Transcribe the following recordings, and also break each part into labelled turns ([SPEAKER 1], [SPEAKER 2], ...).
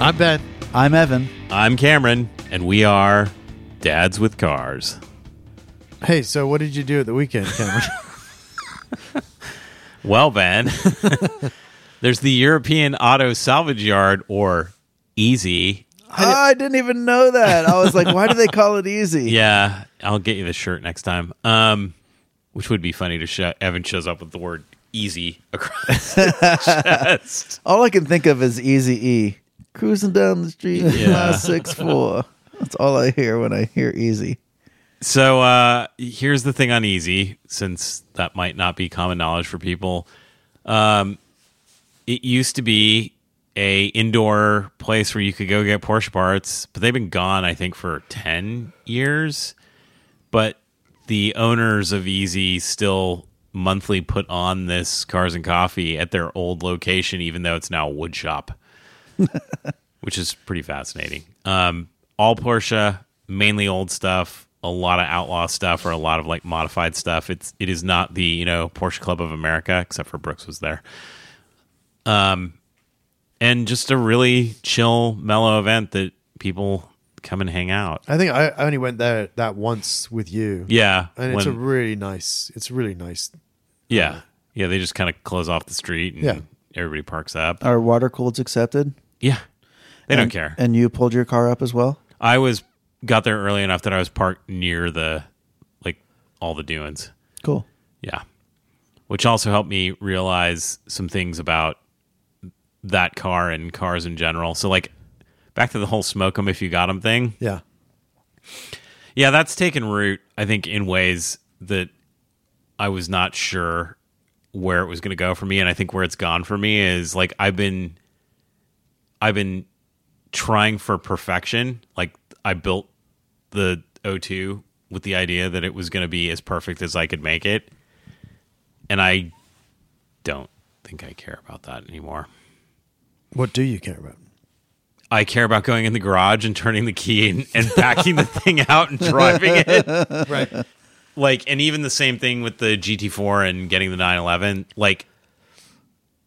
[SPEAKER 1] I bet.
[SPEAKER 2] I'm Evan.
[SPEAKER 3] I'm Cameron, and we are Dads with Cars.
[SPEAKER 2] Hey, so what did you do at the weekend, Cameron?
[SPEAKER 3] Well, Van, there's the European Auto Salvage Yard, or Easy.
[SPEAKER 2] I didn't even know that. I was like, why do they call it easy?
[SPEAKER 3] Yeah, I'll get you the shirt next time. Um, which would be funny to show. Evan shows up with the word "easy" across his chest.
[SPEAKER 2] All I can think of is Easy E. Cruising down the street, yeah. 6'4. That's all I hear when I hear easy.
[SPEAKER 3] So uh, here's the thing on Easy, since that might not be common knowledge for people. Um, it used to be a indoor place where you could go get Porsche parts, but they've been gone, I think, for ten years. But the owners of Easy still monthly put on this Cars and Coffee at their old location, even though it's now a wood shop, which is pretty fascinating. Um, all Porsche, mainly old stuff, a lot of outlaw stuff, or a lot of like modified stuff. It's it is not the you know Porsche Club of America, except for Brooks was there. Um, and just a really chill, mellow event that people come and hang out.
[SPEAKER 1] I think I I only went there that once with you.
[SPEAKER 3] Yeah,
[SPEAKER 1] And it's
[SPEAKER 3] when-
[SPEAKER 1] a really nice, it's really nice.
[SPEAKER 3] Yeah. Yeah, they just kind of close off the street and
[SPEAKER 1] Yeah.
[SPEAKER 3] everybody parks up.
[SPEAKER 2] Are water colds accepted?
[SPEAKER 3] yeah. They don't
[SPEAKER 2] And-
[SPEAKER 3] care.
[SPEAKER 2] And you pulled your car up as well?
[SPEAKER 3] I was got there early enough that I was parked near the like all the doings.
[SPEAKER 2] Cool.
[SPEAKER 3] Yeah. Which also helped me realize some things about that car and cars in general. So like back to the whole smoke 'em if you got 'em thing.
[SPEAKER 1] Yeah.
[SPEAKER 3] Yeah, that's taken root, I think, in ways that I was not sure where it was going to go for me. And I think where it's gone for me is like I've been, I've been trying for perfection. Like I built the O2 with the idea that it was going to be as perfect as I could make it. And I don't think I care about that anymore.
[SPEAKER 1] What do you care about?
[SPEAKER 3] I care about going in the garage and turning the key and, and backing the thing out and driving it.
[SPEAKER 1] Right.
[SPEAKER 3] like and even the same thing with the GT4 and getting the 911 like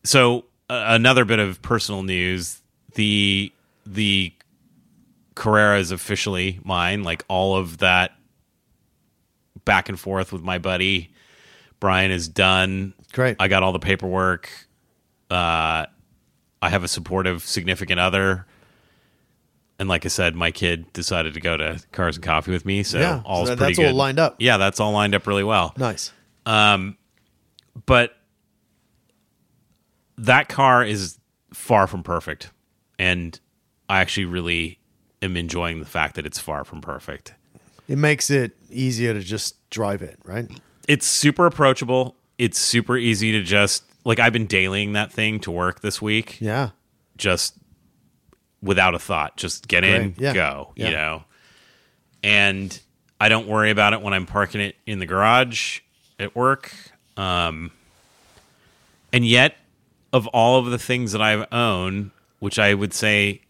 [SPEAKER 3] so uh, another bit of personal news the the Carrera is officially mine like all of that back and forth with my buddy Brian is done
[SPEAKER 1] Great.
[SPEAKER 3] I got all the paperwork uh I have a supportive significant other and like I said, my kid decided to go to Cars and Coffee with me, so
[SPEAKER 1] Yeah,
[SPEAKER 3] all's
[SPEAKER 1] so
[SPEAKER 3] pretty
[SPEAKER 1] that's all
[SPEAKER 3] good.
[SPEAKER 1] lined up.
[SPEAKER 3] Yeah, that's all lined up really well.
[SPEAKER 1] nice.
[SPEAKER 3] But that car is far from perfect, and I actually really am enjoying the fact that it's far from perfect.
[SPEAKER 1] It makes it easier to just drive it, right?
[SPEAKER 3] It's super approachable. It's super easy to just like I've been dailying that thing to work this week.
[SPEAKER 1] Yeah.
[SPEAKER 3] just without a thought, just get in,
[SPEAKER 1] Right. Yeah.
[SPEAKER 3] go, you
[SPEAKER 1] Yeah.
[SPEAKER 3] know. And I don't worry about it when I'm parking it in the garage at work. Um, and yet, of all of the things that I've owned, which I would say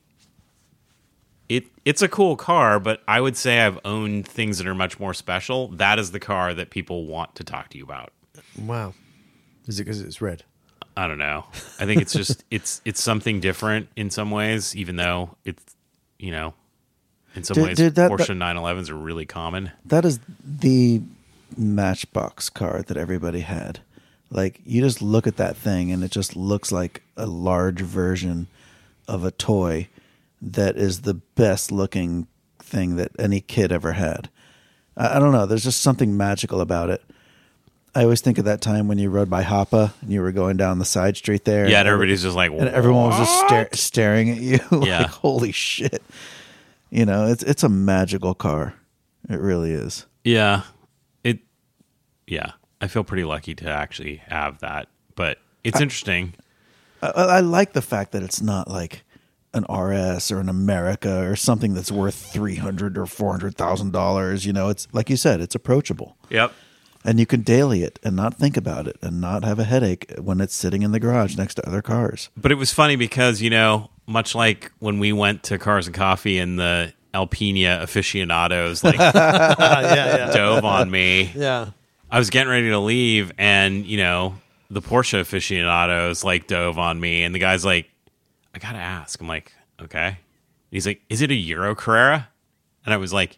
[SPEAKER 3] it it's a cool car, but I would say I've owned things that are much more special. That is the car that people want to talk to you about.
[SPEAKER 1] Wow. Is it because it's red?
[SPEAKER 3] I don't know. I think it's just it's it's something different in some ways, even though it's you know in some
[SPEAKER 2] Did-
[SPEAKER 3] ways
[SPEAKER 2] did that-
[SPEAKER 3] Porsche 911s are really common.
[SPEAKER 2] That is the Matchbox car that everybody had. Like, you just look at that thing and it just looks like a large version of a toy that is the best looking thing that any kid ever had. I, I don't know. There's just something magical about it. I always think of that time when you rode by Hoppa and you were going down the side street there.
[SPEAKER 3] Yeah, and
[SPEAKER 2] and
[SPEAKER 3] everybody's just like
[SPEAKER 2] and everyone was just stare, staring at you like
[SPEAKER 3] Yeah.
[SPEAKER 2] holy shit you know it's it's a magical car it really is
[SPEAKER 3] Yeah. It yeah. I feel pretty lucky to actually have that. But it's interesting.
[SPEAKER 2] I, I like the fact that it's not like an rs or an america or something that's worth 300 or 400 thousand dollars you know it's like you said it's approachable
[SPEAKER 3] Yep.
[SPEAKER 2] and you can daily it and not think about it and not have a headache when it's sitting in the garage next to other cars
[SPEAKER 3] But it was funny because, you know, much like when we went to Cars and Coffee and the Alpina aficionados like
[SPEAKER 1] yeah,
[SPEAKER 3] dove on me.
[SPEAKER 1] Yeah.
[SPEAKER 3] I was getting ready to leave, and you know, the Porsche aficionados like dove on me, and the guy's like, "I gotta ask." I'm like, okay. And he's like, is it a Euro Carrera? And I was like,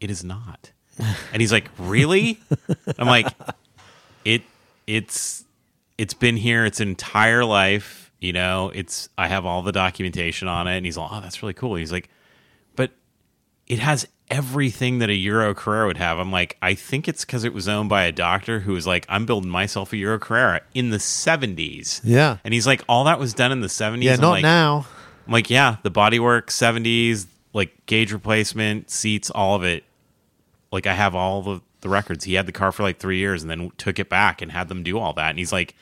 [SPEAKER 3] it is not. And he's like, really? I'm like, it, it's, it's been here its entire life. You know, it's, I have all the documentation on it. And he's like, oh, that's really cool. He's like, but it has everything that a Euro Carrera would have. I'm like, I think it's because it was owned by a doctor who was like, I'm building myself a Euro Carrera in the 70s.
[SPEAKER 1] Yeah.
[SPEAKER 3] And he's like, all that was done in the 70s.
[SPEAKER 1] yeah,
[SPEAKER 3] I'm
[SPEAKER 1] not
[SPEAKER 3] like,
[SPEAKER 1] now.
[SPEAKER 3] I'm like, yeah, the bodywork, 70s, like gauge replacement, seats, all of it. Like, I have all the, the records. He had the car for like three years and then took it back and had them do all that. And he's like,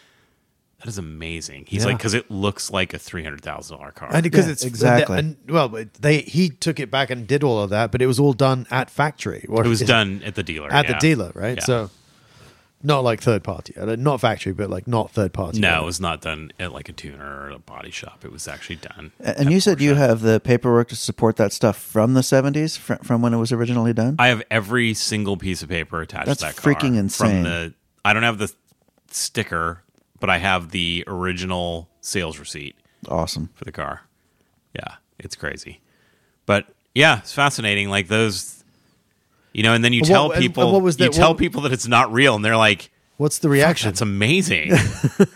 [SPEAKER 3] that is amazing. He's
[SPEAKER 1] Yeah.
[SPEAKER 3] like, because it looks like a $300,000 car.
[SPEAKER 1] And because
[SPEAKER 2] Yeah,
[SPEAKER 1] it's
[SPEAKER 2] exactly.
[SPEAKER 1] and- well, but they he took it back and did all of that, but it was all done at factory. Or
[SPEAKER 3] it was done at the dealer.
[SPEAKER 1] at
[SPEAKER 3] yeah.
[SPEAKER 1] the dealer, right?
[SPEAKER 3] Yeah.
[SPEAKER 1] So not like third party, Uh, not factory, but like not third party.
[SPEAKER 3] No, it was not done at like a tuner or a body shop. It was actually done.
[SPEAKER 2] A- And you said you have the paperwork to support that stuff from the 70s, fr- from when it was originally done?
[SPEAKER 3] I have every single piece of paper attached
[SPEAKER 2] That's
[SPEAKER 3] to that car.
[SPEAKER 2] freaking insane.
[SPEAKER 3] From the, I don't have the sticker, but I have the original sales receipt
[SPEAKER 2] awesome.
[SPEAKER 3] for the car. Yeah, it's crazy. But yeah, it's fascinating. Like those, you know, and then you
[SPEAKER 1] And what-
[SPEAKER 3] tell
[SPEAKER 1] and- and
[SPEAKER 3] people,
[SPEAKER 1] what was
[SPEAKER 3] you
[SPEAKER 1] that-
[SPEAKER 3] tell
[SPEAKER 1] what-
[SPEAKER 3] people that it's not real, and they're like,
[SPEAKER 1] What's the reaction?
[SPEAKER 3] "That's amazing!"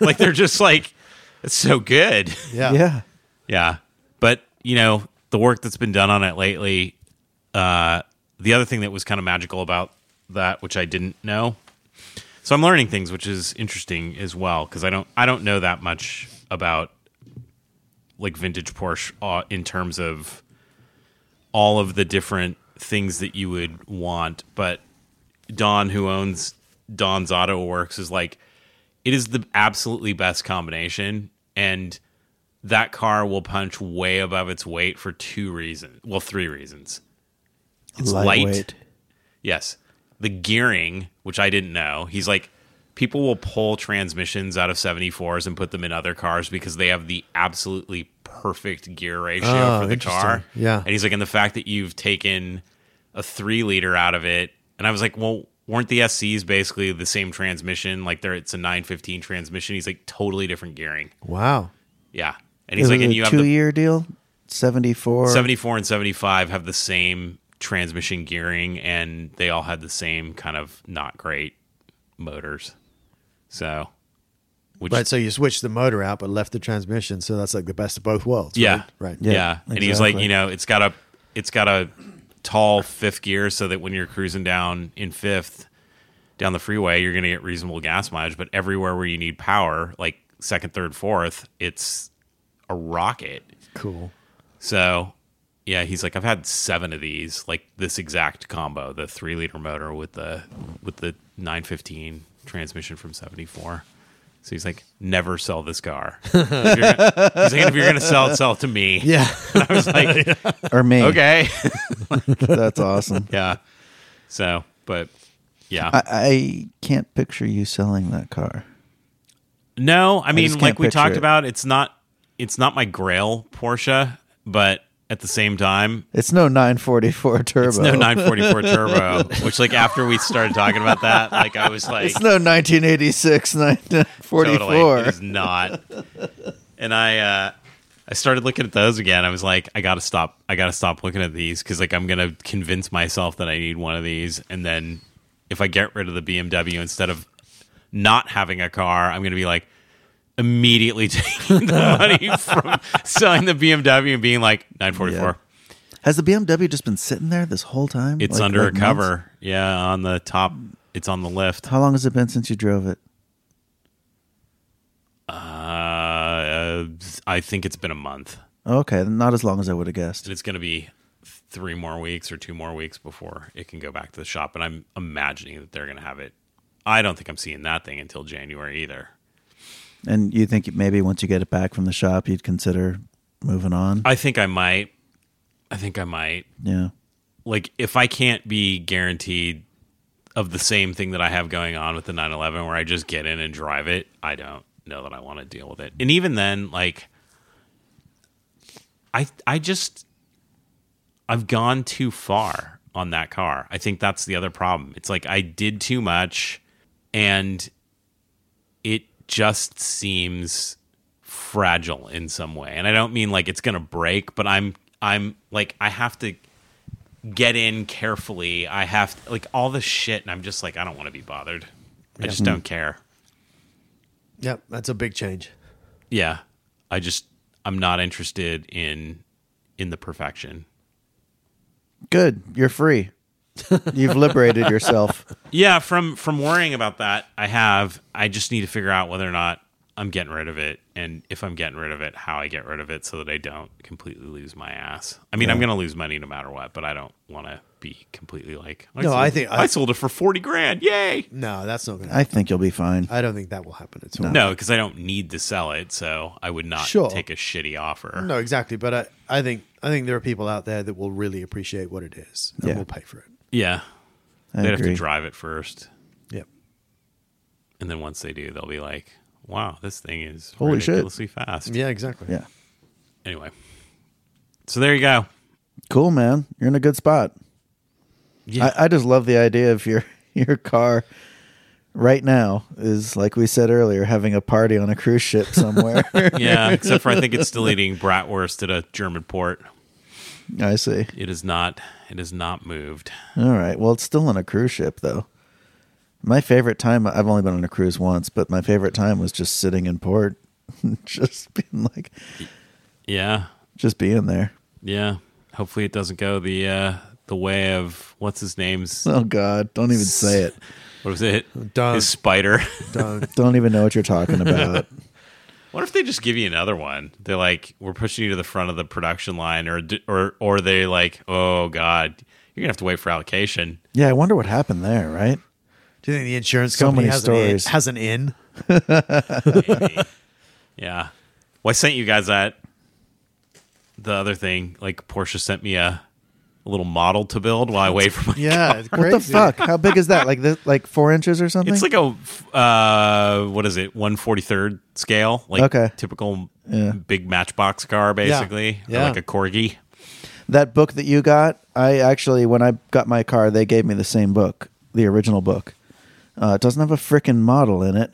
[SPEAKER 3] like they're just like, "It's so good."
[SPEAKER 1] yeah.
[SPEAKER 2] yeah.
[SPEAKER 3] Yeah. But, you know, the work that's been done on it lately, uh, the other thing that was kind of magical about that, which I didn't know. So I'm learning things, which is interesting as well, because I don't I don't know that much about like vintage Porsche uh, in terms of all of the different things that you would want. But Don, who owns Don's Auto Works, is like, it is the absolutely best combination, and that car will punch way above its weight for two reasons. Well, three reasons. It's light.
[SPEAKER 2] Lightweight.
[SPEAKER 3] Yes. The gearing, which I didn't know, he's like, people will pull transmissions out of 74s and put them in other cars because they have the absolutely perfect gear ratio
[SPEAKER 1] Oh,
[SPEAKER 3] for the
[SPEAKER 1] interesting.
[SPEAKER 3] car.
[SPEAKER 1] Yeah.
[SPEAKER 3] And he's like, and the fact that you've taken a three liter out of it. And I was like, well, weren't the SCs basically the same transmission? Like, they're, it's a 915 transmission. He's like, totally different gearing.
[SPEAKER 1] Wow.
[SPEAKER 3] Yeah. And
[SPEAKER 2] It
[SPEAKER 3] he's
[SPEAKER 2] was
[SPEAKER 3] like, and you
[SPEAKER 2] a
[SPEAKER 3] have the
[SPEAKER 2] two year deal, 74.
[SPEAKER 3] 74 and 75 have the same transmission gearing and they all had the same kind of not great motors so which
[SPEAKER 1] Right. So you switched the motor out, but left the transmission. So that's like the best of both worlds.
[SPEAKER 3] yeah
[SPEAKER 1] Right. right.
[SPEAKER 3] yeah,
[SPEAKER 2] Yeah,
[SPEAKER 3] and he's like
[SPEAKER 2] exactly.
[SPEAKER 3] you know it's got a it's got a tall fifth gear so that when you're cruising down in fifth down the freeway you're going to get reasonable gas mileage but everywhere where you need power like second third fourth it's a rocket
[SPEAKER 1] Cool.
[SPEAKER 3] So, yeah, he's like, I've had seven of these, like this exact combo, the three liter motor with the with the nine fifteen transmission from seventy four. So he's like, never sell this car. If you're gonna- he's like, if you're gonna sell it, sell it to me.
[SPEAKER 1] Yeah.
[SPEAKER 3] I was like,
[SPEAKER 2] or me.
[SPEAKER 3] okay,
[SPEAKER 2] That's awesome.
[SPEAKER 3] yeah. So, but yeah,
[SPEAKER 2] I, I can't picture you selling that car.
[SPEAKER 3] no, I mean,
[SPEAKER 2] just can't
[SPEAKER 3] like we
[SPEAKER 2] picture
[SPEAKER 3] talked
[SPEAKER 2] it.
[SPEAKER 3] about, it's not it's not my Grail Porsche, but at the same time,
[SPEAKER 2] It's no 944 turbo.
[SPEAKER 3] It's no 944 turbo, which like after we started talking about that, like I was like,
[SPEAKER 2] It's no 1986 944.
[SPEAKER 3] totally, it is not. And I, uh, I started looking at those again. I was like, I gotta stop. I gotta stop looking at these because like I'm gonna convince myself that I need one of these, and then if I get rid of the BMW instead of not having a car, I'm gonna be like immediately taking the money from selling the BMW and being like 944.
[SPEAKER 2] Yeah. Has the BMW just been sitting there this whole time?
[SPEAKER 3] It's
[SPEAKER 2] Like-
[SPEAKER 3] under
[SPEAKER 2] like
[SPEAKER 3] a
[SPEAKER 2] months?
[SPEAKER 3] cover. Yeah, on the top. It's on the lift.
[SPEAKER 2] How long has it been since you drove it?
[SPEAKER 3] Uh, I think it's been a month,
[SPEAKER 2] Okay, not as long as I would have guessed.
[SPEAKER 3] and it's going to be three more weeks or two more weeks before it can go back to the shop. And I'm imagining that they're going to have it. I don't think I'm seeing that thing until January either.
[SPEAKER 2] And you think maybe once you get it back from the shop, you'd consider moving on?
[SPEAKER 3] I think I might. I think I might.
[SPEAKER 2] yeah.
[SPEAKER 3] Like, if I can't be guaranteed of the same thing that I have going on with the 911, where I just get in and drive it, I don't know that I want to deal with it. And even then, like, I I just I've gone too far on that car. I think that's the other problem. It's like I did too much and it just seems fragile in some way. And I don't mean like it's going to break, but I'm I'm like I have to get in carefully. I have like all this shit and I'm just like I don't want to be bothered. I just don't care.
[SPEAKER 1] Yep, that's a big change.
[SPEAKER 3] Yeah. I just I'm not interested in in the perfection.
[SPEAKER 2] Good. You're free. You've liberated yourself.
[SPEAKER 3] Yeah, from from worrying about that, I have. I just need to figure out whether or not I'm getting rid of it, and if I'm getting rid of it, how I get rid of it, so that I don't completely lose my ass. I mean, I'm going to lose money no matter what, but I don't want to be completely like.
[SPEAKER 1] No,
[SPEAKER 3] sold,
[SPEAKER 1] I think-
[SPEAKER 3] I,
[SPEAKER 1] I-
[SPEAKER 3] sold it for forty grand. Yay!
[SPEAKER 1] No, that's not going to
[SPEAKER 2] I think you'll be fine.
[SPEAKER 1] I don't think that will happen at all.
[SPEAKER 3] No, because I don't need to sell it, so I would not
[SPEAKER 1] Sure.
[SPEAKER 3] take a shitty offer.
[SPEAKER 1] No, exactly. But I, I think I think there are people out there that will really appreciate what it is and
[SPEAKER 2] Yeah.
[SPEAKER 1] will pay for it.
[SPEAKER 3] Yeah,
[SPEAKER 2] I
[SPEAKER 3] they'd have to
[SPEAKER 2] agree.
[SPEAKER 3] drive it first,
[SPEAKER 1] Yep.
[SPEAKER 3] and then once they do, they'll be like, "Wow, this thing is
[SPEAKER 2] Holy shit.
[SPEAKER 3] ridiculously fast."
[SPEAKER 1] Yeah, exactly.
[SPEAKER 2] Yeah.
[SPEAKER 3] Anyway, so there you go.
[SPEAKER 2] Cool, man. You're in a good spot.
[SPEAKER 3] Yeah.
[SPEAKER 2] I, I just love the idea of your your car right now is like we said earlier, having a party on a cruise ship somewhere.
[SPEAKER 3] yeah, except for I think it's still eating bratwurst at a German port.
[SPEAKER 2] I see.
[SPEAKER 3] It is not. It is not moved.
[SPEAKER 2] All right. Well, it's still on a cruise ship, though. My favorite time, I've only been on a cruise once, but my favorite time was just sitting in port, just being like,
[SPEAKER 3] Yeah,
[SPEAKER 2] just being there.
[SPEAKER 3] yeah. Hopefully, it doesn't go the uh, the way of what's his name's.
[SPEAKER 2] Oh, God. Don't even say it.
[SPEAKER 3] What was it?
[SPEAKER 1] Done.
[SPEAKER 3] His spider.
[SPEAKER 1] Don't.
[SPEAKER 2] Don't even know what you're talking about.
[SPEAKER 3] what if they just give you another one? They're like, we're pushing you to the front of the production line, or d- or or they like, oh god, you're gonna have to wait for allocation.
[SPEAKER 2] yeah. I wonder what happened there, right?
[SPEAKER 1] Do you think the insurance
[SPEAKER 2] So
[SPEAKER 1] company
[SPEAKER 2] many
[SPEAKER 1] has an, in,
[SPEAKER 2] stories.
[SPEAKER 1] has an in?
[SPEAKER 3] Maybe. yeah. Well, I sent you guys that. The other thing, like Porsche sent me a, a little model to build while I wait for my.
[SPEAKER 1] Yeah, it's
[SPEAKER 2] What
[SPEAKER 1] crazy.
[SPEAKER 2] the fuck? How big is that? Like this, like four inches or something?
[SPEAKER 3] It's like a uh, what is it? One forty third scale, like
[SPEAKER 2] Okay.
[SPEAKER 3] typical
[SPEAKER 2] Yeah.
[SPEAKER 3] big matchbox car, basically,
[SPEAKER 1] Yeah.
[SPEAKER 3] Or like a corgi.
[SPEAKER 2] that book that you got i actually when i got my car they gave me the same book the original book uh, it doesn't have a frickin' model in it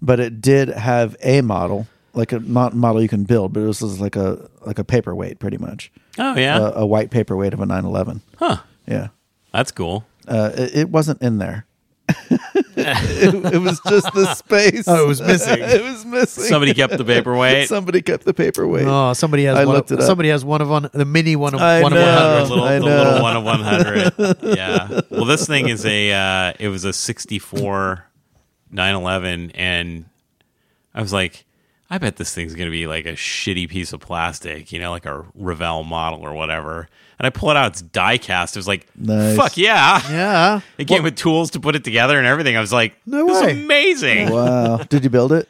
[SPEAKER 2] but it did have a model like a not model you can build but it was just like a like a paperweight pretty much
[SPEAKER 3] Oh yeah,
[SPEAKER 2] a, a white paperweight of a 911
[SPEAKER 3] huh?
[SPEAKER 2] yeah
[SPEAKER 3] That's cool.
[SPEAKER 2] uh, it, it wasn't in there it, it was just the space
[SPEAKER 1] Oh, it was missing.
[SPEAKER 2] it was missing
[SPEAKER 3] Somebody kept the paperweight.
[SPEAKER 2] somebody kept the paperweight
[SPEAKER 1] Oh, somebody has
[SPEAKER 2] I
[SPEAKER 1] one.
[SPEAKER 2] looked it
[SPEAKER 1] Of,
[SPEAKER 2] up.
[SPEAKER 1] somebody has one of one. The mini one of
[SPEAKER 2] I
[SPEAKER 1] one
[SPEAKER 2] know.
[SPEAKER 1] of one
[SPEAKER 3] The
[SPEAKER 1] hundred.
[SPEAKER 3] little,
[SPEAKER 2] I
[SPEAKER 3] the
[SPEAKER 2] know.
[SPEAKER 3] little one of one hundred. yeah. Well, this thing is a. Uh, it was a sixty four, nine eleven, and I was like, I bet this thing's gonna be like a shitty piece of plastic, you know, like a Revell model or whatever. And I pull it out; it's die cast. It was like,
[SPEAKER 2] Nice.
[SPEAKER 3] fuck yeah.
[SPEAKER 1] Yeah.
[SPEAKER 3] It came with tools to put it together and everything. I was like,
[SPEAKER 1] No
[SPEAKER 3] this
[SPEAKER 1] way.
[SPEAKER 3] is amazing. Uh,
[SPEAKER 2] wow did you build it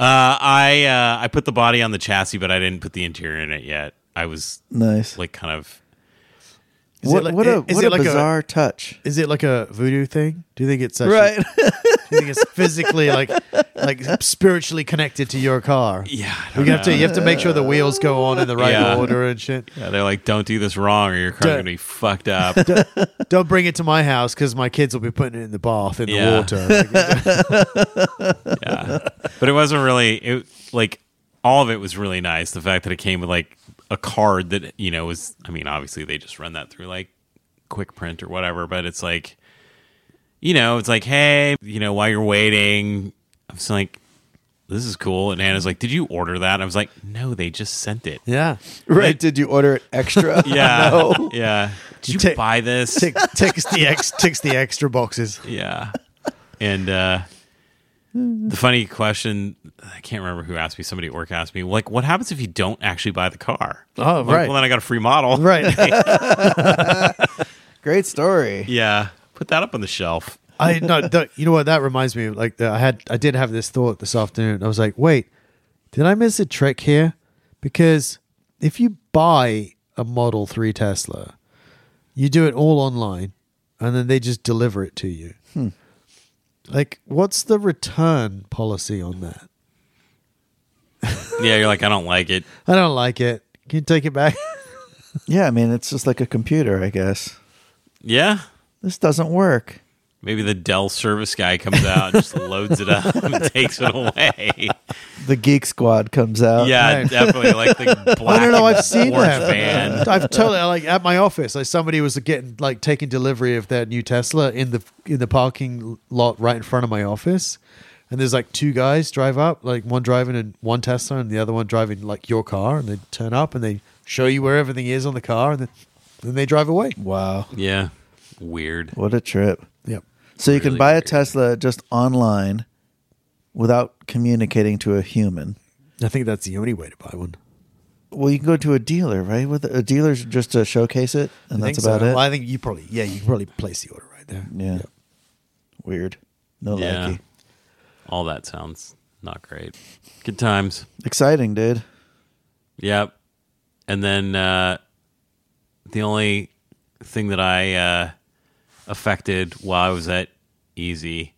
[SPEAKER 3] I uh, I put the body on the chassis, but I didn't put the interior in it yet. I was
[SPEAKER 2] nice
[SPEAKER 3] like kind of
[SPEAKER 1] Is
[SPEAKER 2] what,
[SPEAKER 1] it like-
[SPEAKER 2] what a,
[SPEAKER 1] i- is
[SPEAKER 2] what
[SPEAKER 1] it
[SPEAKER 2] a
[SPEAKER 1] like a-
[SPEAKER 2] bizarre touch.
[SPEAKER 1] Is it like a voodoo thing? Do you think it's actually,
[SPEAKER 2] Right.
[SPEAKER 1] Do you think it's physically like like spiritually connected to your car?
[SPEAKER 3] yeah. I
[SPEAKER 1] You
[SPEAKER 3] don't
[SPEAKER 1] have to
[SPEAKER 3] know.
[SPEAKER 1] you have to make sure the wheels go on in the right
[SPEAKER 3] Yeah.
[SPEAKER 1] order and shit.
[SPEAKER 3] Yeah, they're like, don't do this wrong, or your car's
[SPEAKER 1] Duh.
[SPEAKER 3] gonna be fucked up.
[SPEAKER 1] Don't bring it to my house because my kids will be putting it in the bath in
[SPEAKER 3] Yeah.
[SPEAKER 1] the water. Like,
[SPEAKER 3] yeah, but it wasn't really. It like all of it was really nice. The fact that it came with like a card that you know was. I mean, obviously they just run that through like quick print or whatever, but it's like, you know, it's like, hey, you know, while you're waiting, I'm just like. This is cool. And Anna's like, Did you order that? I was like, No, they just sent it.
[SPEAKER 1] yeah.
[SPEAKER 2] Right. Did you order it extra?
[SPEAKER 3] Yeah. Yeah. Did you
[SPEAKER 1] Tick-
[SPEAKER 3] buy this?
[SPEAKER 1] Tick, ticks the ex, ticks the extra boxes.
[SPEAKER 3] Yeah. And uh, the funny question, I can't remember who asked me, somebody at work asked me, like, what happens if you don't actually buy the car?
[SPEAKER 1] Oh,
[SPEAKER 3] I'm like,
[SPEAKER 1] right.
[SPEAKER 3] well, then I got a free model.
[SPEAKER 1] Right.
[SPEAKER 2] Great story.
[SPEAKER 3] Yeah. Put that up on the shelf.
[SPEAKER 1] I no, don't- you know what that reminds me of like I had I did have this thought this afternoon. I was like, "Wait, did I miss a trick here?" Because if you buy a Model 3 Tesla, you do it all online and then they just deliver it to you. Like what's the return policy on that?
[SPEAKER 3] Yeah. You're like, I don't like it.
[SPEAKER 1] I don't like it. Can you take it back?
[SPEAKER 2] Yeah, I mean, it's just like a computer, I guess.
[SPEAKER 3] Yeah.
[SPEAKER 2] This doesn't work.
[SPEAKER 3] Maybe the Dell service guy comes out, and just loads it up, and takes it away.
[SPEAKER 2] The Geek Squad comes out.
[SPEAKER 3] Yeah,
[SPEAKER 1] Right.
[SPEAKER 3] definitely like the
[SPEAKER 1] Oh, I
[SPEAKER 3] black.
[SPEAKER 1] don't know.
[SPEAKER 3] and
[SPEAKER 1] I've seen
[SPEAKER 3] orange
[SPEAKER 1] that.
[SPEAKER 3] band.
[SPEAKER 1] I've totally like at my office. Like somebody was getting like taking delivery of their new Tesla in the in the parking lot right in front of my office, and there's like two guys drive up, like one driving and one Tesla, and the other one driving like your car, and they turn up and they show you where everything is on the car, and then, then they drive away.
[SPEAKER 2] Wow.
[SPEAKER 3] Yeah, weird.
[SPEAKER 2] What a trip.
[SPEAKER 1] Yep.
[SPEAKER 2] So you can
[SPEAKER 3] Really
[SPEAKER 2] buy a
[SPEAKER 3] weird.
[SPEAKER 2] Tesla just online without communicating to a human.
[SPEAKER 1] I think that's the only way to buy one.
[SPEAKER 2] Well, you can go to a dealer, right? With a dealer's just to showcase it, and
[SPEAKER 1] I think
[SPEAKER 2] that's about
[SPEAKER 1] so.
[SPEAKER 2] it.
[SPEAKER 1] Well, I think you probably yeah you can probably place the order right there.
[SPEAKER 2] yeah. Weird. No
[SPEAKER 3] Yeah.
[SPEAKER 2] likey.
[SPEAKER 3] All that sounds not great. Good times.
[SPEAKER 2] Exciting, dude.
[SPEAKER 3] Yep. And then uh, the only thing that I uh, affected while I was at Easy,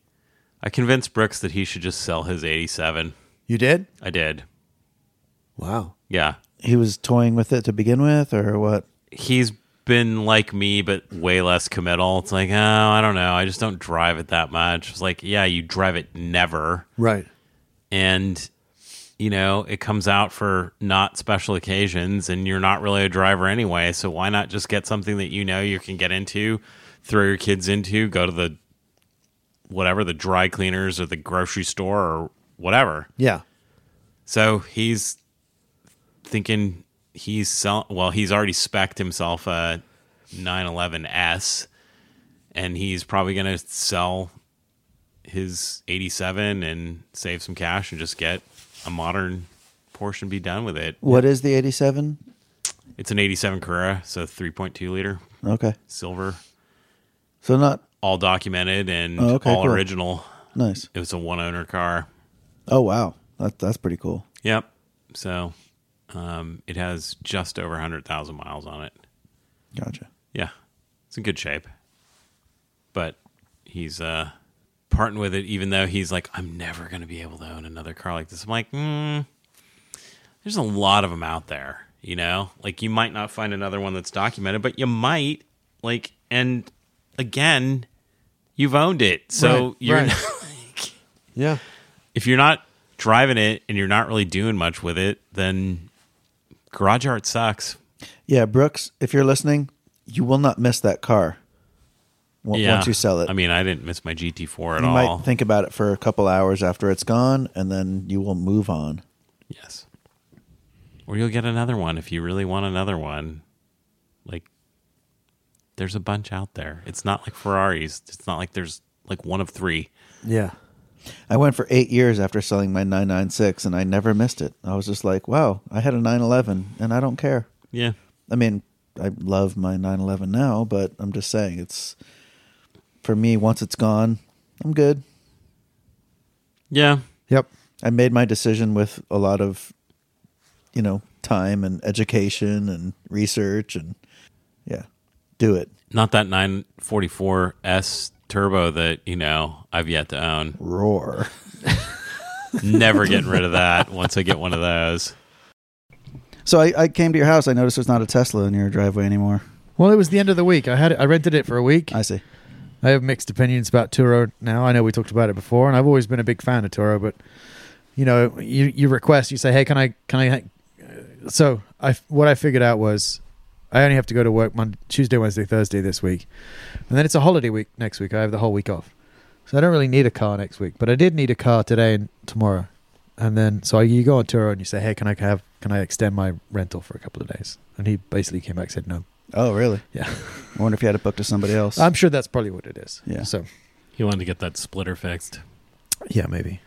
[SPEAKER 3] I convinced Brooks that he should just sell his 87.
[SPEAKER 1] You did?
[SPEAKER 3] I did.
[SPEAKER 1] Wow.
[SPEAKER 3] Yeah.
[SPEAKER 2] He was toying with it to begin with, or what?
[SPEAKER 3] He's been like me, but way less committal. It's like, oh, I don't know. I just don't drive it that much. It's like, yeah, you drive it never.
[SPEAKER 1] Right.
[SPEAKER 3] and you know it comes out for not special occasions and you're not really a driver anyway so why not just get something that you know you can get into throw your kids into go to the whatever the dry cleaners or the grocery store or whatever
[SPEAKER 1] Yeah.
[SPEAKER 3] so he's thinking he's sell- well he's already specced himself a 911s and he's probably going to sell his 87 and save some cash and just get a modern Porsche and be done with it.
[SPEAKER 2] What is the 87?
[SPEAKER 3] It's an 87 Carrera, so 3.2 liter
[SPEAKER 2] Okay.
[SPEAKER 3] silver,
[SPEAKER 2] So not
[SPEAKER 3] all documented and
[SPEAKER 2] Oh, okay,
[SPEAKER 3] all
[SPEAKER 2] cool.
[SPEAKER 3] original.
[SPEAKER 2] nice.
[SPEAKER 3] It was a one owner car.
[SPEAKER 2] Oh, wow. That, that's pretty cool.
[SPEAKER 3] Yep. So um, it has just over 100,000 miles on it.
[SPEAKER 2] Gotcha.
[SPEAKER 3] Yeah, it's in good shape. But he's uh parting with it, even though he's like, I'm never going to be able to own another car like this. I'm like, mm, there's a lot of them out there, you know? Like, you might not find another one that's documented, but you might. Like, and again, you've owned it. So
[SPEAKER 1] Right,
[SPEAKER 3] you're
[SPEAKER 1] right.
[SPEAKER 3] not, like,
[SPEAKER 1] Yeah.
[SPEAKER 3] if you're not driving it and you're not really doing much with it, then garage art sucks.
[SPEAKER 2] Yeah, Brooks, if you're listening, you will not miss that car w-
[SPEAKER 3] Yeah.
[SPEAKER 2] once you sell it.
[SPEAKER 3] I mean, I didn't miss my GT4 at
[SPEAKER 2] you
[SPEAKER 3] all.
[SPEAKER 2] might think about it for a couple hours after it's gone, and then you will move on.
[SPEAKER 3] Yes. Or you'll get another one if you really want another one. Like, there's a bunch out there. It's not like Ferraris. It's not like there's like one of three.
[SPEAKER 1] Yeah.
[SPEAKER 2] I went for eight years after selling my 996, and I never missed it. I was just like, wow, I had a 911, and I don't care.
[SPEAKER 3] Yeah.
[SPEAKER 2] I mean, I love my 911 now, but I'm just saying it's for me. Once it's gone, I'm good.
[SPEAKER 3] Yeah.
[SPEAKER 1] Yep.
[SPEAKER 2] I made my decision with a lot of, you know, time and education and research and yeah, do it.
[SPEAKER 3] Not that 944S turbo that, you know, I've yet to own.
[SPEAKER 2] Roar.
[SPEAKER 3] Never getting rid of that once I get one of those.
[SPEAKER 2] So I, I came to your house. I noticed there's not a Tesla in your driveway anymore.
[SPEAKER 1] Well, it was the end of the week. I had it, I rented it for a week.
[SPEAKER 2] I see.
[SPEAKER 1] I have mixed opinions about Turo now. I know we talked about it before, and I've always been a big fan of Turo. But you know, you you request, you say, "Hey, can I can I?" uh, So I what I figured out was I only have to go to work Monday, Tuesday, Wednesday, Thursday this week, and then it's a holiday week next week. I have the whole week off, so I don't really need a car next week. But I did need a car today and tomorrow, and then so you go on Turo and you say, "Hey, can I have can I extend my rental for a couple of days?" And he basically came back and said, "No."
[SPEAKER 2] Oh, really?
[SPEAKER 1] Yeah.
[SPEAKER 2] I wonder if you had it booked to somebody else.
[SPEAKER 1] I'm sure that's probably what it is.
[SPEAKER 2] Yeah.
[SPEAKER 1] So
[SPEAKER 3] He wanted to get that splitter fixed.
[SPEAKER 1] yeah, maybe.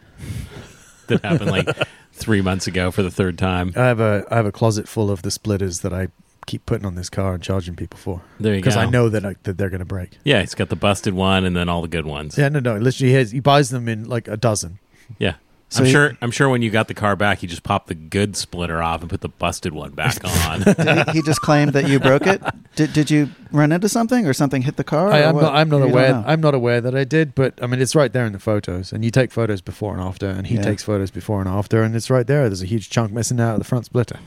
[SPEAKER 3] That happened like three months ago for the third time.
[SPEAKER 1] I have a I have a closet full of the splitters that I keep putting on this car and charging people for
[SPEAKER 3] There you go.
[SPEAKER 1] because I know that I, that they're going to break.
[SPEAKER 3] Yeah, he's got the busted one and then all the good ones.
[SPEAKER 1] Yeah, no, no. Literally, he, has, he buys them in like a dozen.
[SPEAKER 3] Yeah.
[SPEAKER 2] So
[SPEAKER 3] I'm
[SPEAKER 2] you-
[SPEAKER 3] sure I'm sure when you got the car back, you just popped the good splitter off and put the busted one back on.
[SPEAKER 2] did he, he just claimed that you broke it. Did, did you run into something or something hit the car?
[SPEAKER 1] I,
[SPEAKER 2] or
[SPEAKER 1] am
[SPEAKER 2] what?
[SPEAKER 1] not I'm not
[SPEAKER 2] Oh, You don't
[SPEAKER 1] aware
[SPEAKER 2] know.
[SPEAKER 1] I'm not aware that I did, but I mean it's right there in the photos, and you take photos before and after, and he
[SPEAKER 2] Yeah.
[SPEAKER 1] takes photos before and after, and it's right there. There's a huge chunk missing out of the front splitter.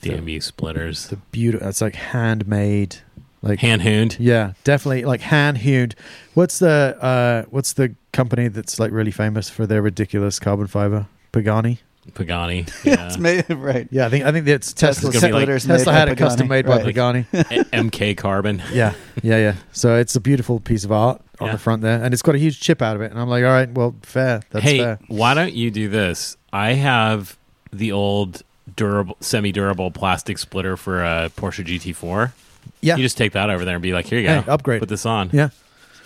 [SPEAKER 3] Damn you splitters.
[SPEAKER 1] It's a beautiful. It's like handmade Like
[SPEAKER 3] hand hooned.
[SPEAKER 1] Yeah, definitely like hand hewn. What's the uh what's the company that's like really famous for their ridiculous carbon fiber? Pagani.
[SPEAKER 3] Pagani.
[SPEAKER 2] It's
[SPEAKER 3] Yeah.
[SPEAKER 2] made right.
[SPEAKER 1] Yeah, I think I think it's Tesla.
[SPEAKER 3] gonna be like-
[SPEAKER 1] Tesla,
[SPEAKER 2] Tesla's made
[SPEAKER 1] had
[SPEAKER 2] by
[SPEAKER 1] it custom
[SPEAKER 2] Pagani,
[SPEAKER 1] made by
[SPEAKER 2] right.
[SPEAKER 1] Pagani.
[SPEAKER 3] MK Carbon.
[SPEAKER 1] Yeah, yeah, yeah. So it's a beautiful piece of art on
[SPEAKER 3] Yeah.
[SPEAKER 1] the front there, and it's got a huge chip out of it. And I'm like, all right, well, fair. That's
[SPEAKER 3] hey,
[SPEAKER 1] fair.
[SPEAKER 3] why don't you do this? I have the old durable, semi-durable plastic splitter for a Porsche GT4.
[SPEAKER 1] Yeah,
[SPEAKER 3] You just take that over there and be like, here you go,
[SPEAKER 1] Hey, upgrade.
[SPEAKER 3] Put this on. Yeah,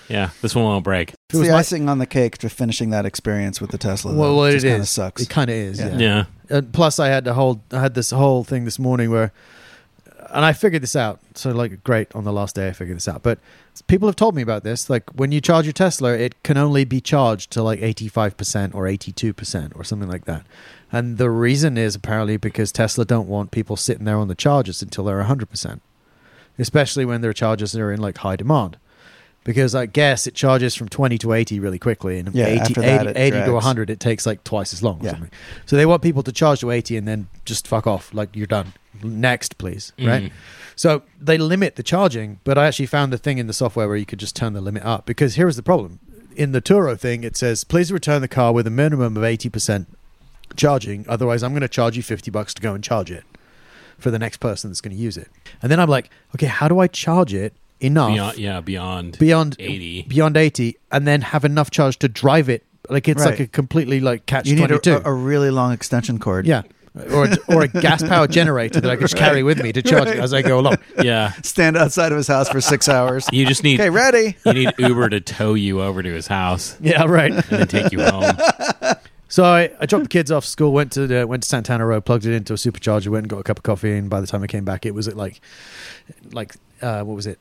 [SPEAKER 1] yeah.
[SPEAKER 3] this one won't break.
[SPEAKER 1] If it
[SPEAKER 2] It's
[SPEAKER 1] was
[SPEAKER 2] the
[SPEAKER 1] my-
[SPEAKER 2] icing on the cake to finishing that experience with the Tesla.
[SPEAKER 1] well,
[SPEAKER 2] though.
[SPEAKER 1] well,
[SPEAKER 2] just
[SPEAKER 1] it
[SPEAKER 2] kinda
[SPEAKER 1] is.
[SPEAKER 2] sucks.
[SPEAKER 1] It kind of is.
[SPEAKER 2] Yeah.
[SPEAKER 1] Yeah.
[SPEAKER 3] Yeah,
[SPEAKER 1] And plus, I had the whole. I had this whole thing this morning where, and I figured this out. So like, great. On the last day, I figured this out. But people have told me about this. Like, when you charge your Tesla, it can only be charged to like eighty-five percent or eighty-two percent or something like that. And the reason is apparently because Tesla don't want people sitting there on the chargers until they're hundred percent, especially when their chargers are in like high demand. Because I guess it charges from 20 to 80 really quickly, and
[SPEAKER 2] Yeah,
[SPEAKER 1] 80,
[SPEAKER 2] after that
[SPEAKER 1] 80
[SPEAKER 2] it
[SPEAKER 1] 80 to
[SPEAKER 2] drags.
[SPEAKER 1] 100, it takes like twice as long. Or
[SPEAKER 2] Yeah.
[SPEAKER 1] something. So they want people to charge to 80 and then just fuck off. Like, you're done. Next, please.
[SPEAKER 3] Mm.
[SPEAKER 1] Right? So they limit the charging, but I actually found the thing in the software where you could just turn the limit up. Because here is the problem in the Turo thing, it says, please return the car with a minimum of 80% charging. Otherwise, I'm going to charge you 50 bucks to go and charge it for the next person that's going to use it. And then I'm like, okay, how do I charge it enough?
[SPEAKER 3] beyond. Yeah, beyond.
[SPEAKER 1] beyond
[SPEAKER 3] 80.
[SPEAKER 1] beyond 80 and then have enough charge to drive it like it's
[SPEAKER 2] Right.
[SPEAKER 1] like a completely like catch
[SPEAKER 2] you need
[SPEAKER 1] 22
[SPEAKER 2] a, a really long extension cord.
[SPEAKER 1] yeah or a, or a gas powered generator that I could just carry with me to charge it as I go along
[SPEAKER 3] yeah,
[SPEAKER 2] Stand outside of his house for six hours.
[SPEAKER 3] you just need.
[SPEAKER 2] okay, ready.
[SPEAKER 3] you need Uber to tow you over to his house
[SPEAKER 1] yeah right
[SPEAKER 3] and then take you home.
[SPEAKER 1] so I, I dropped the kids off school went to the, went to Santana Road plugged it into a supercharger went and got a cup of coffee and by the time I came back it was at like like uh, what was it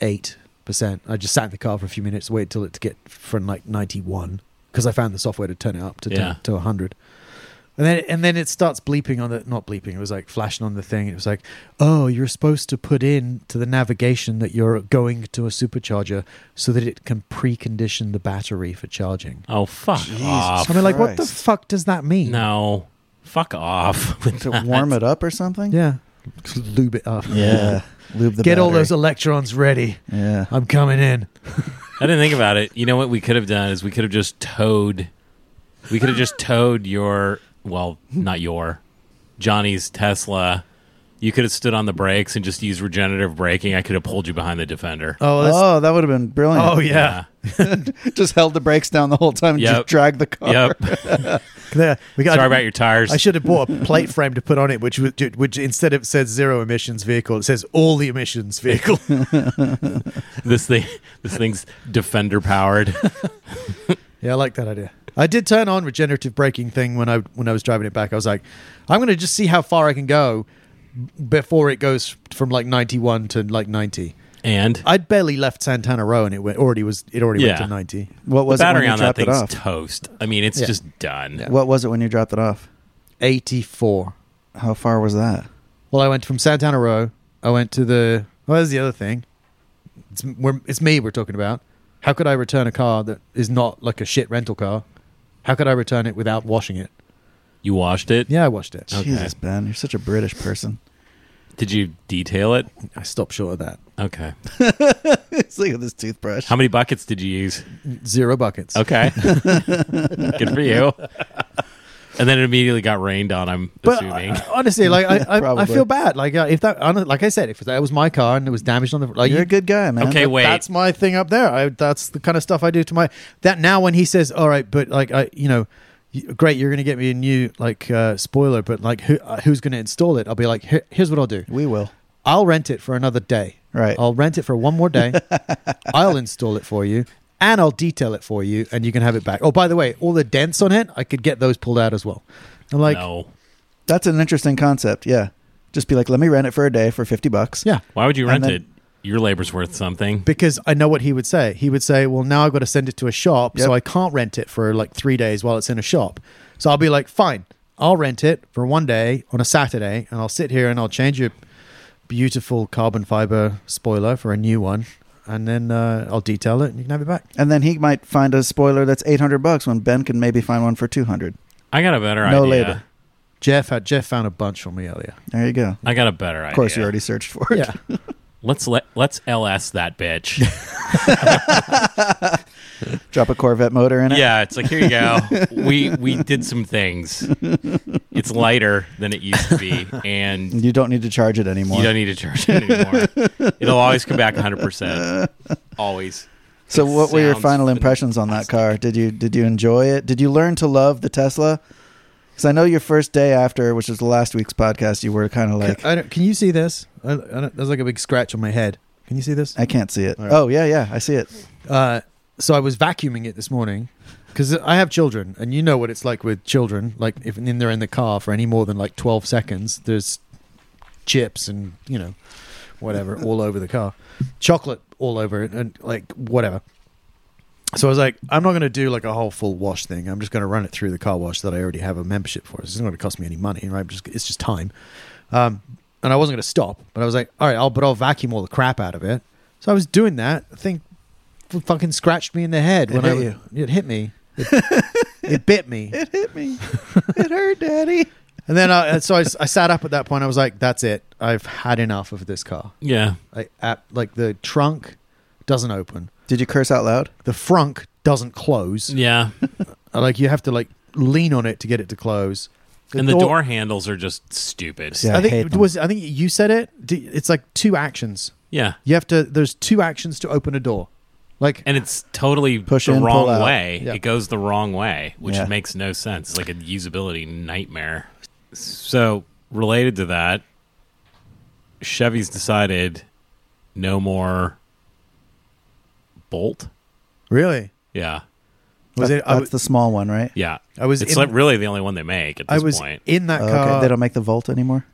[SPEAKER 1] 88 percent I just sat in the car for a few minutes waited till it to get from like 91 because I found the software to turn it up to
[SPEAKER 3] Yeah.
[SPEAKER 1] 10, to 100 And then and then it starts bleeping on the not bleeping. It was like flashing on the thing. It was like, oh, you're supposed to put in to the navigation that you're going to a supercharger so that it can precondition the battery for charging.
[SPEAKER 3] Oh fuck
[SPEAKER 1] So
[SPEAKER 3] off!
[SPEAKER 1] I'm like, what the
[SPEAKER 2] Christ.
[SPEAKER 1] fuck does that mean?
[SPEAKER 3] No, fuck off. with
[SPEAKER 2] To
[SPEAKER 3] that.
[SPEAKER 2] warm it up or something.
[SPEAKER 1] Yeah, Just lube it up.
[SPEAKER 2] Yeah. Lube the
[SPEAKER 1] Get all
[SPEAKER 2] battery.
[SPEAKER 1] those electrons ready.
[SPEAKER 2] Yeah.
[SPEAKER 1] I'm coming in.
[SPEAKER 3] I didn't think about it. You know what we could have done is we could have just towed. We could have just towed your well, not your Johnny's Tesla. You could have stood on the brakes and just used regenerative braking. I could have pulled you behind the defender.
[SPEAKER 1] Oh, that's,
[SPEAKER 2] Oh, that would have been brilliant.
[SPEAKER 1] oh yeah.
[SPEAKER 2] just held the brakes down the whole time and
[SPEAKER 3] Yep.
[SPEAKER 2] just dragged the car.
[SPEAKER 3] Yep.
[SPEAKER 1] There. We got.
[SPEAKER 3] Sorry about your tires.
[SPEAKER 1] I should have bought a plate frame to put on it, which would- which instead of says zero emissions vehicle, it says all the emissions vehicle.
[SPEAKER 3] This thing, this thing's defender powered.
[SPEAKER 1] Yeah, I like that idea. I did turn on regenerative braking thing when I when I was driving it back. I was like, I'm going to just see how far I can go before it goes from like 91 to like 90.
[SPEAKER 3] And
[SPEAKER 1] I'd barely left Santana Row and it went already was it already went
[SPEAKER 3] Yeah.
[SPEAKER 1] to 90.
[SPEAKER 2] What
[SPEAKER 3] the
[SPEAKER 2] was it
[SPEAKER 3] battery
[SPEAKER 2] when you
[SPEAKER 3] on that
[SPEAKER 2] dropped it
[SPEAKER 3] thing's
[SPEAKER 2] off?
[SPEAKER 3] toast. I mean, it's
[SPEAKER 1] Yeah.
[SPEAKER 3] just done.
[SPEAKER 2] What was it when you dropped it off?
[SPEAKER 1] 84.
[SPEAKER 2] How far was that?
[SPEAKER 1] Well, I went from Santana Row. I went to the well. There's the other thing. It's we're, it's me we're talking about. How could I return a car that is not like a shit rental car? How could I return it without washing it?
[SPEAKER 3] You washed it.
[SPEAKER 1] Yeah, I washed it.
[SPEAKER 3] Okay.
[SPEAKER 2] Jesus, Ben, you're such a British person.
[SPEAKER 3] Did you detail it?
[SPEAKER 1] I stopped short of that.
[SPEAKER 3] Okay.
[SPEAKER 2] it's like this toothbrush.
[SPEAKER 3] How many buckets did you use?
[SPEAKER 1] Zero buckets.
[SPEAKER 3] Okay. Good for you. And then it immediately got rained on, I'm
[SPEAKER 1] But
[SPEAKER 3] assuming.
[SPEAKER 1] uh, honestly, like I, I, I
[SPEAKER 2] Probably.
[SPEAKER 1] feel bad. Like uh, if that, hon- like I said, if that was my car and it was damaged on the, like
[SPEAKER 2] You're a good guy, man.
[SPEAKER 3] Okay, wait.
[SPEAKER 1] That's my thing up there. I, that's the kind of stuff I do to my that now when he says, "All right, but like I, you know, y- great, you're going to get me a new like uh, spoiler, but like who uh, who's going to install it?" I'll be like, "Here- "Here's what I'll do.
[SPEAKER 2] We will. Oh.
[SPEAKER 1] I'll rent it for another day.
[SPEAKER 2] Right.
[SPEAKER 1] I'll rent it for one more day. I'll install it for you." And I'll detail it for you, and you can have it back. Oh, by the way, all the dents on it, I could get those pulled out as well. I'm like,
[SPEAKER 3] no.
[SPEAKER 2] That's an interesting concept. Yeah. Just be like, let me rent it for a day for 50 bucks.
[SPEAKER 1] yeah,
[SPEAKER 3] Why would you rent
[SPEAKER 2] And then-
[SPEAKER 3] it? Your labor's worth something.
[SPEAKER 1] because I know what he would say. He would say, "Well, now I've got to send it to a shop,
[SPEAKER 2] Yep.
[SPEAKER 1] so I can't rent it for like three days while it's in a shop." So I'll be like, "Fine, I'll rent it for one day on a Saturday, and I'll sit here and I'll change your beautiful carbon fiber spoiler for a new one, and then uh, I'll detail it, and you can have it back."
[SPEAKER 2] And then he might find a spoiler that's 800 bucks when Ben can maybe find one for 200.
[SPEAKER 3] I got a better
[SPEAKER 2] No
[SPEAKER 3] idea.
[SPEAKER 2] labor.
[SPEAKER 1] Jeff had Jeff found a bunch for me earlier.
[SPEAKER 2] There you go.
[SPEAKER 3] I got a better idea.
[SPEAKER 2] Of course, you already searched for it.
[SPEAKER 1] Yeah,
[SPEAKER 4] Let's let let's LS that bitch.
[SPEAKER 2] Drop a Corvette motor in it.
[SPEAKER 3] Yeah, it's like here you go. we we did some things. It's lighter than it used to be, and
[SPEAKER 2] You don't need to charge it anymore.
[SPEAKER 3] you don't need to charge it anymore. It'll always come back 100. percent Always.
[SPEAKER 2] so, what were your
[SPEAKER 3] Sounds
[SPEAKER 2] final impressions on that car? Did you did you enjoy it? Did you learn to love the Tesla? Because I know your first day after, which was the last week's podcast, you were kind of like,
[SPEAKER 1] I don't, can you see this? I, I don't, there's like a big scratch on my head. Can you see this?
[SPEAKER 2] I can't see it.
[SPEAKER 1] All right.
[SPEAKER 2] Oh yeah, yeah, I see it.
[SPEAKER 1] Uh, so I was vacuuming it this morning because I have children, and you know what it's like with children. Like if in they're in the car for any more than like twelve seconds, there's chips and you know whatever all over the car, chocolate all over it, and like whatever. So I was like, I'm not going to do like a whole full wash thing. I'm just going to run it through the car wash that I already have a membership for. It's not going to cost me any money, right? I'm just it's just time. Um, and I wasn't going to stop, but I was like, all right, I'll but I'll vacuum all the crap out of it. So I was doing that. I think f- fucking scratched me in the head
[SPEAKER 2] It
[SPEAKER 1] when I
[SPEAKER 2] hit
[SPEAKER 1] it hit me. It, it bit me,
[SPEAKER 2] It hit me. it hurt, Daddy.
[SPEAKER 1] and then I, so I, s- I sat up at that point. I was like, that's it. I've had enough of this car.
[SPEAKER 3] Yeah.
[SPEAKER 1] I, at, like the trunk doesn't open.
[SPEAKER 2] Did you curse out loud?
[SPEAKER 1] The frunk doesn't close.
[SPEAKER 3] Yeah.
[SPEAKER 1] Uh,
[SPEAKER 3] Mm.
[SPEAKER 1] Like you have to like lean on it to get it to close.
[SPEAKER 3] And the door handles are just stupid.
[SPEAKER 2] Yeah. I
[SPEAKER 1] I think
[SPEAKER 2] hate them.
[SPEAKER 1] was I think you said it. D- It's like two actions.
[SPEAKER 3] Yeah.
[SPEAKER 1] You have to. There's two actions to open a door. Like
[SPEAKER 3] And it's totally
[SPEAKER 2] Push
[SPEAKER 3] the
[SPEAKER 2] in, pull
[SPEAKER 3] wrong
[SPEAKER 2] out.
[SPEAKER 3] way.
[SPEAKER 1] Yeah.
[SPEAKER 3] It goes the wrong way, which
[SPEAKER 2] Yeah.
[SPEAKER 3] makes no sense. It's like a usability nightmare. So, related to that, Chevy's decided no more Bolt.
[SPEAKER 1] really,
[SPEAKER 3] Yeah.
[SPEAKER 1] was
[SPEAKER 2] That-
[SPEAKER 1] it? I,
[SPEAKER 2] that's the small one, right?
[SPEAKER 3] Yeah.
[SPEAKER 1] I was
[SPEAKER 3] It's
[SPEAKER 1] in-
[SPEAKER 3] like really the only one they make at
[SPEAKER 1] I
[SPEAKER 3] this
[SPEAKER 1] was
[SPEAKER 3] point.
[SPEAKER 1] in that
[SPEAKER 2] Oh,
[SPEAKER 1] car.
[SPEAKER 2] okay. They don't make the Volt anymore.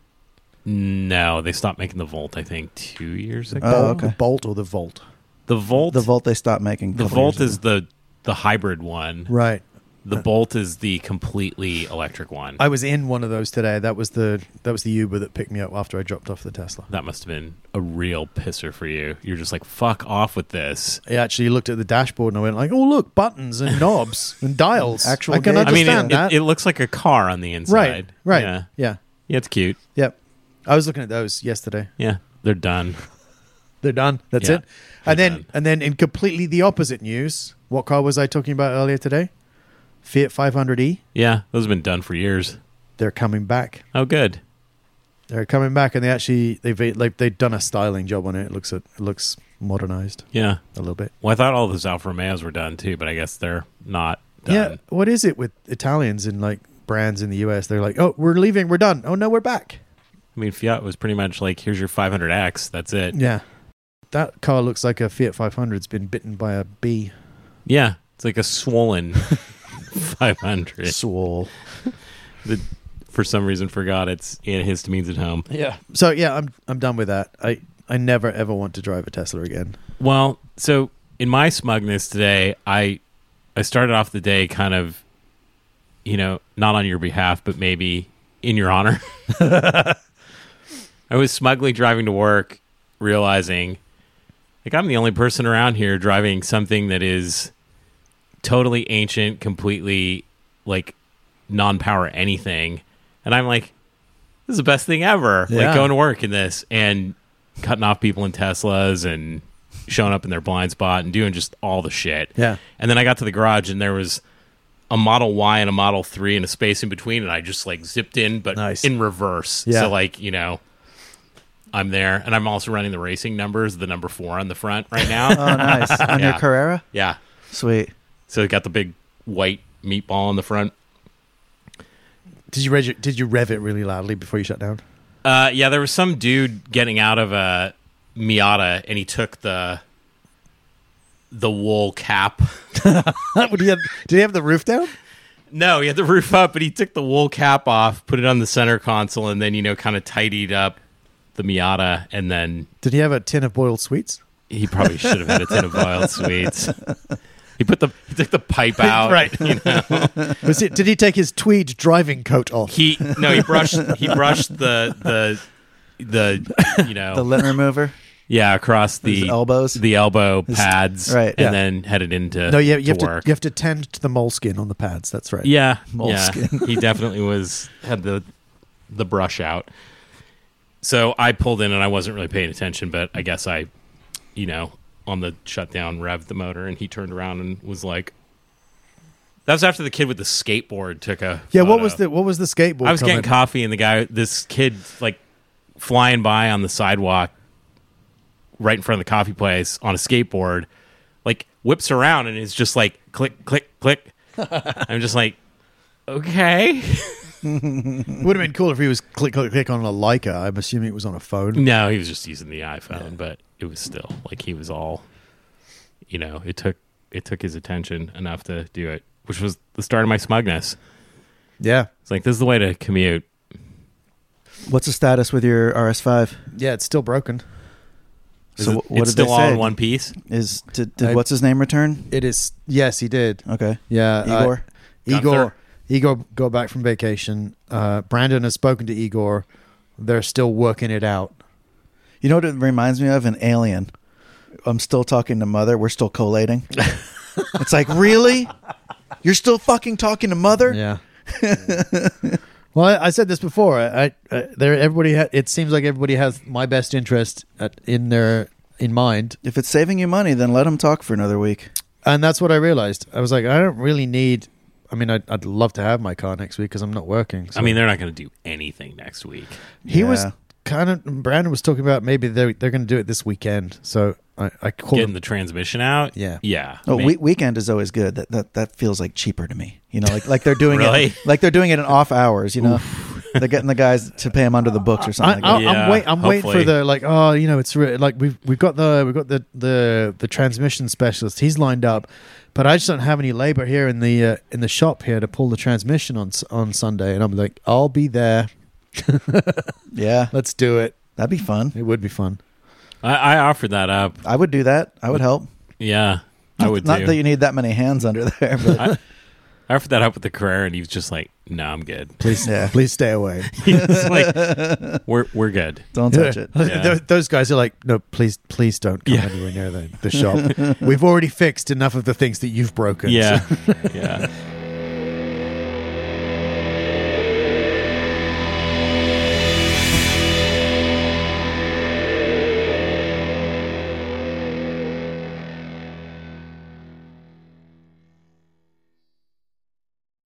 [SPEAKER 3] No, they stopped making the Volt, I think, two years ago.
[SPEAKER 2] Oh,
[SPEAKER 1] Bolt,
[SPEAKER 2] okay.
[SPEAKER 1] The bolt or the volt?
[SPEAKER 3] the Volt
[SPEAKER 2] The Volt they stopped making. a
[SPEAKER 3] the
[SPEAKER 2] couple
[SPEAKER 3] Volt
[SPEAKER 2] years
[SPEAKER 3] is the the hybrid one.
[SPEAKER 1] Right.
[SPEAKER 3] The Bolt is the completely electric one.
[SPEAKER 1] I was in one of those today. That was the that was the Uber that picked me up after I dropped off the Tesla.
[SPEAKER 3] That must have been a real pisser for you. You're just like, fuck off with this.
[SPEAKER 1] I actually looked at the dashboard and I went like, "Oh, look, buttons and knobs and dials.
[SPEAKER 2] Actual
[SPEAKER 1] I can
[SPEAKER 3] I
[SPEAKER 2] gauges.
[SPEAKER 3] mean,
[SPEAKER 1] understand
[SPEAKER 3] it,
[SPEAKER 1] that."
[SPEAKER 3] it, it looks like a car on the inside.
[SPEAKER 1] right. Right.
[SPEAKER 3] Yeah.
[SPEAKER 1] yeah.
[SPEAKER 3] yeah, it's cute.
[SPEAKER 1] Yep. I was looking at those yesterday.
[SPEAKER 3] Yeah, they're done.
[SPEAKER 1] They're done. That's
[SPEAKER 3] Yeah,
[SPEAKER 1] it. And
[SPEAKER 3] they're
[SPEAKER 1] then
[SPEAKER 3] done.
[SPEAKER 1] and then in completely the opposite news, what car was I talking about earlier today? Fiat 500e.
[SPEAKER 3] Yeah, those have been done for years.
[SPEAKER 1] They're coming back.
[SPEAKER 3] Oh, good.
[SPEAKER 1] They're coming back, and they actually they've like they've done a styling job on it. It looks it looks modernized
[SPEAKER 3] Yeah.
[SPEAKER 1] a little bit.
[SPEAKER 3] Well, I thought all those Alfa Romeos were done too, but I guess they're not done.
[SPEAKER 1] Yeah. What is it with Italians and like brands in the US? They're like, oh, we're leaving. We're done. Oh no, we're back.
[SPEAKER 3] I mean, Fiat was pretty much like, here's your 500X. That's it.
[SPEAKER 1] Yeah. That car looks like a Fiat 500's been bitten by a bee.
[SPEAKER 3] Yeah, it's like a swollen 500.
[SPEAKER 1] Swole.
[SPEAKER 3] That for some reason forgot it's antihistamines at home.
[SPEAKER 1] Yeah. So yeah, I'm I'm done with that. I I never ever want to drive a Tesla again.
[SPEAKER 3] Well, so in my smugness today, I I started off the day kind of, you know, not on your behalf, but maybe in your honor. I was smugly driving to work, realizing like I'm the only person around here driving something that is totally ancient, completely like non-power anything, and I'm like, this is the best thing ever.
[SPEAKER 1] Yeah.
[SPEAKER 3] Like going to work in this and cutting off people in Teslas and showing up in their blind spot and doing just all the shit.
[SPEAKER 1] Yeah.
[SPEAKER 3] And then I got to the garage and there was a Model Y and a Model 3 and a space in between and I just like zipped in but
[SPEAKER 1] Nice.
[SPEAKER 3] in reverse.
[SPEAKER 1] Yeah.
[SPEAKER 3] So like, you know, I'm there and I'm also running the racing numbers, the number 4 on the front right now.
[SPEAKER 1] Uh-huh.
[SPEAKER 2] ago. Oh, nice. On
[SPEAKER 3] Yeah.
[SPEAKER 2] your Carrera.
[SPEAKER 3] yeah.
[SPEAKER 2] Sweet.
[SPEAKER 3] So it got the big white meatball on the front.
[SPEAKER 1] Did you reg- did you rev it really loudly before you shut down?
[SPEAKER 3] Uh, yeah, there was some dude getting out of a Miata, and he took the the wool cap.
[SPEAKER 1] did, he have, did he have the roof down?
[SPEAKER 3] No, he had the roof up, but he took the wool cap off, put it on the center console, and then you know, kind of tidied up the Miata, and then
[SPEAKER 1] Did he have a tin of boiled sweets?
[SPEAKER 3] he probably should have had a tin of boiled sweets. He put the he took the pipe out.
[SPEAKER 1] Right.
[SPEAKER 3] You know?
[SPEAKER 1] Was it, did he take his tweed driving coat off?
[SPEAKER 3] He no, he brushed he brushed the the the you know
[SPEAKER 2] The lint remover.
[SPEAKER 3] Yeah, across the
[SPEAKER 2] His elbows?
[SPEAKER 3] the elbow pads,
[SPEAKER 2] right,
[SPEAKER 3] and
[SPEAKER 2] yeah.
[SPEAKER 3] then headed into
[SPEAKER 1] no, you, you
[SPEAKER 3] to
[SPEAKER 1] have to
[SPEAKER 3] work.
[SPEAKER 1] you have to tend to the moleskin on the pads. That's right.
[SPEAKER 3] yeah, yeah,
[SPEAKER 2] Moleskin.
[SPEAKER 3] he definitely was had the the brush out. So I pulled in and I wasn't really paying attention, but I guess I, you know, on the shutdown, revved the motor, and he turned around and was like, "That was after the kid with the skateboard took a
[SPEAKER 1] Yeah, what was
[SPEAKER 3] photo.
[SPEAKER 1] the what was the skateboard?
[SPEAKER 3] Oh, I was getting
[SPEAKER 1] comment?
[SPEAKER 3] coffee, and the guy, this kid, like flying by on the sidewalk, right in front of the coffee place on a skateboard, like whips around and is just like click, click, click. I'm just like, okay,
[SPEAKER 1] It would have been cool if he was click click click on a Leica. I'm assuming it was on a phone.
[SPEAKER 3] no, he was just using the iPhone, but it was still like he was all, you know, it took it took his attention enough to do it, which was the start of my smugness.
[SPEAKER 1] Yeah,
[SPEAKER 3] It's like this is the way to commute.
[SPEAKER 2] What's the status with your RS5?
[SPEAKER 1] yeah, it's still broken.
[SPEAKER 3] Is
[SPEAKER 2] So
[SPEAKER 3] it-
[SPEAKER 2] what
[SPEAKER 3] it's
[SPEAKER 2] did they
[SPEAKER 3] still all
[SPEAKER 2] say?
[SPEAKER 3] in one piece.
[SPEAKER 2] Is did, did
[SPEAKER 1] I-
[SPEAKER 2] what's his name return?
[SPEAKER 1] It is. Yes, he did.
[SPEAKER 2] Okay,
[SPEAKER 1] Yeah, uh,
[SPEAKER 2] Igor.
[SPEAKER 1] Igor.
[SPEAKER 3] Gunther.
[SPEAKER 1] Igor got back from vacation. Uh, Brandon has spoken to Igor. They're still working it out.
[SPEAKER 2] You know what it reminds me of? An alien. I'm still talking to mother. We're still collating. it's like, really? You're still fucking talking to mother?
[SPEAKER 1] Yeah. well, I, I said this before. I, I there everybody. Ha- it seems like everybody has my best interest at, in their in mind,
[SPEAKER 2] If it's saving you money, then let him talk for another week.
[SPEAKER 1] and that's what I realized. I was like, I don't really need. I mean, I'd, I'd love to have my car next week because I'm not working. so-
[SPEAKER 3] I mean, they're not going to do anything next week.
[SPEAKER 1] He was
[SPEAKER 2] Yeah.
[SPEAKER 1] kind of Brandon was talking about maybe they they're going to do it this weekend. So I I called
[SPEAKER 3] getting
[SPEAKER 1] him.
[SPEAKER 3] the transmission out.
[SPEAKER 1] Yeah.
[SPEAKER 3] yeah.
[SPEAKER 2] Oh,
[SPEAKER 3] Man,
[SPEAKER 2] we- weekend is always good. That, that that feels like cheaper to me. You know, like like they're doing
[SPEAKER 3] Really?
[SPEAKER 2] it like they're doing it in off hours. You know, they're getting the guys to pay them under the books or
[SPEAKER 1] I,
[SPEAKER 2] something.
[SPEAKER 1] I,
[SPEAKER 2] like that.
[SPEAKER 1] I'm
[SPEAKER 3] Yeah,
[SPEAKER 1] wait. I'm waiting for
[SPEAKER 3] hopefully.
[SPEAKER 1] the like. Oh, you know, it's re- like we've we've got the we've got the the the transmission specialist. He's lined up, but I just don't have any labor here in the uh, in the shop here to pull the transmission on s- on Sunday. And I'm like, I'll be there.
[SPEAKER 2] yeah,
[SPEAKER 1] Let's do it.
[SPEAKER 2] that'd be fun.
[SPEAKER 1] It would be fun.
[SPEAKER 3] I, I offered that up.
[SPEAKER 2] I would do that. I would help.
[SPEAKER 3] Yeah, I would
[SPEAKER 2] Not
[SPEAKER 3] too.
[SPEAKER 2] that you need that many hands under there, but
[SPEAKER 3] I, I offered that up with the career, and he was just like, "No, I'm good.
[SPEAKER 1] Please,
[SPEAKER 2] Yeah.
[SPEAKER 1] please stay away.
[SPEAKER 3] He's like, we're we're good."
[SPEAKER 2] don't touch it.
[SPEAKER 3] Yeah.
[SPEAKER 1] Those, those guys are like, no, please, please don't come
[SPEAKER 3] Yeah.
[SPEAKER 1] anywhere near the, the shop. We've already fixed enough of the things that you've broken.
[SPEAKER 3] Yeah, yeah.